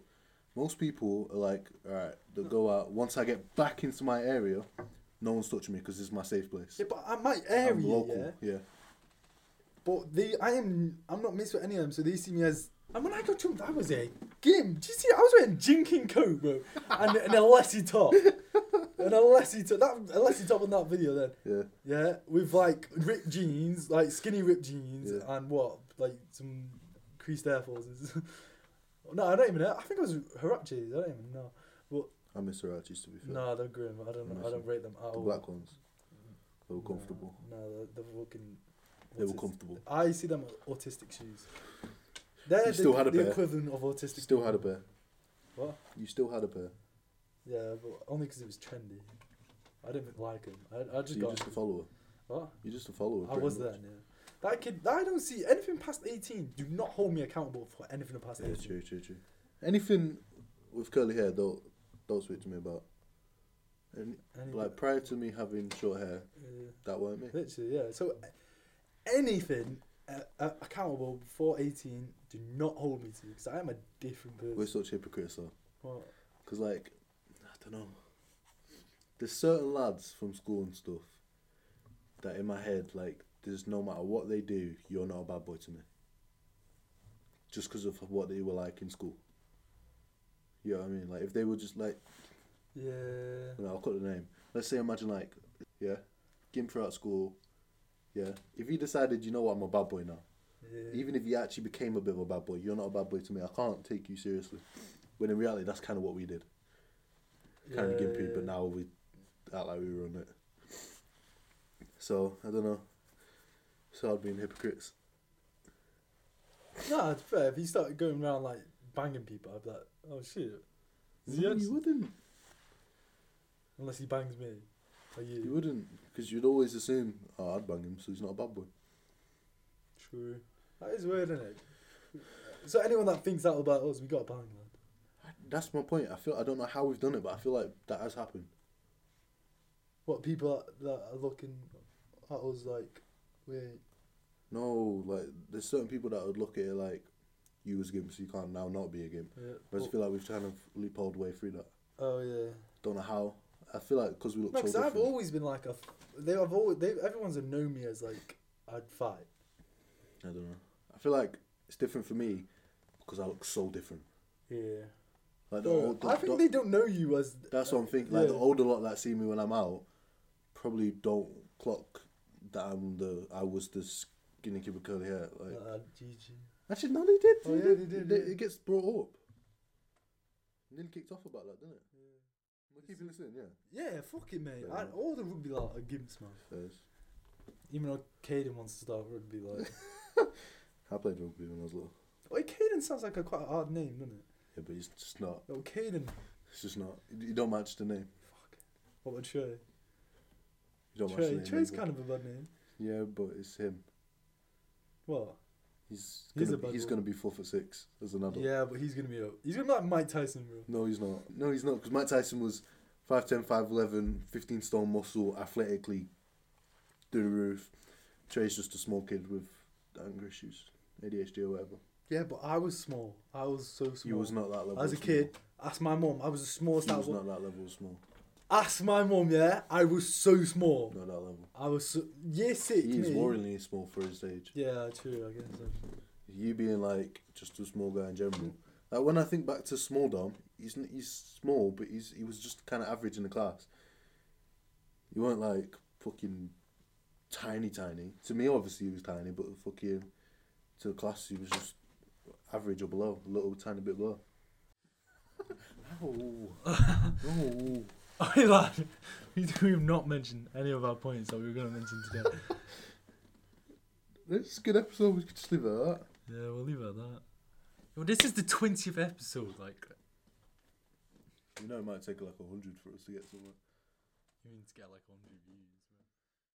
Most people are like, all right, they'll go out. Once I get back into my area, no one's touching me because this is my safe place. Yeah, but at my area, I'm local. yeah. yeah. But they, I am, I'm not mixed with any of them, so they see me as. And when I got jumped, I was a gim. Do you see? I was wearing jinking coat, bro, and, and a lessy top, and a lessy top. That a lessy top on that video then. Yeah. Yeah, with like ripped jeans, like skinny ripped jeans, Yeah. and what, like some creased Air Forces. no, I don't even know. I think it was Harapchis. I don't even know. But I miss Hirachis to be fair. no, they're grim. I don't. know. I don't rate them at The all. black ones. They were comfortable. No, no they're, they're fucking. They were autis- comfortable. I see them as autistic shoes. They're You the, still had a the pair. equivalent of autistic. Still had a people. pair. What? You still had a pair. Yeah, but only because it was trendy. I didn't like him. I, I So just you're got. just a follower. what? You're just a follower. I pretty was much. there. Yeah. That kid. I don't see anything past eighteen. Do not hold me accountable for anything past Yeah, eighteen. true, true, true. Anything with curly hair, don't don't speak to me about. And Anything- like prior to me having short hair, Yeah. that weren't me. Literally, yeah. So uh, anything uh, uh, accountable before eighteen, do not hold me to because I am a different person. We're such hypocrites though, What? because like I don't know. There's certain lads from school and stuff that in my head like there's no matter what they do, you're not a bad boy to me. Just because of what they were like in school. You know what I mean? Like if they were just like Yeah. No, I'll cut the name. Let's say, imagine like, yeah, Gim throughout school, yeah. If he decided, you know what, I'm a bad boy now. Yeah. Even if he actually became a bit of a bad boy, you're not a bad boy to me. I can't take you seriously. When in reality, that's kind of what we did. Kind of Gimpy, Yeah. but now we act like we run it. So I don't know. So I'd being hypocrites. Nah, it's fair. If he started going around like banging people, I'd be like, oh shit. Is he No, actually- you wouldn't. Unless he bangs me. Are you? You wouldn't, because you'd always assume, oh, I'd bang him, so he's not a bad boy. True. That is weird, isn't it? So anyone that thinks that about us, we got to bang, man. That's my point. I feel I don't know how we've done it, but I feel like that has happened. What people that, that are looking at us like, we're No, like there's certain people that would look at it like you was a gimp, so you can't now not be a gimp. Yeah. Whereas oh, I feel like we've kind of loopholed way through that. oh, yeah. Don't know how. I feel like because we look No, so because different. I've always been like a. f- They have always. They everyone's known me as like I'd fight. I don't know. I feel like it's different for me because I look so different. Yeah. Like the old. the- I think the- they don't know you as. That's what I'm thinking. Like the Yeah. older lot that see me when I'm out, probably don't clock that I'm the I was the skinny kid with curly hair. Like Uh, GG. actually no, they did. Oh, they yeah, they did, yeah. It gets brought up. nearly kicked off about that, didn't it? Yeah. We'll keep you listening, yeah. Yeah, fuck it, mate. Yeah. I, all the rugby lot are gimps, man. Fairs. Even though Caden wants to start rugby, like. I played rugby when I was little. Wait, Caden sounds like a quite a hard name, doesn't it? Yeah, but it's just not. Oh, Caden. It's just not. You don't match the name. Fuck. What about Trey? You don't match the Trey. name. Trey's either. kind of a bad name. Yeah, but it's him. What? He's He's gonna, a bad he's one. going to be four foot six as an adult. Yeah, but he's gonna be up. He's gonna be like Mike Tyson, bro. No, he's not. No, he's not. Because Mike Tyson was 5'10", 5'11", 15 stone muscle, athletically through the roof. Trey's just a small kid with anger issues, ADHD or whatever. Yeah, but I was small. I was so small. You was not that level. As a small. kid, ask my mom. I was the smallest you out was of all. not that level small. Ask my mom, yeah. I was so small. Not that level. I was so, year six. He is me. worryingly small for his age. Yeah, true. I guess. so. You being like just a small guy in general. Like when I think back to small Dom, he's n- he's small, but he's he was just kind of average in the class. You weren't like fucking tiny, tiny. To me, obviously, he was tiny, but fucking to the class, he was just average or below, a little tiny bit below. Ow. no. Hey lad, we have not mentioned any of our points that we were going to mention today. This is a good episode, we could just leave it at that. yeah, we'll leave it at that. Well, this is the twentieth episode. Like, You know, it might take like 100 for us to get somewhere. you mean to get like hundred views?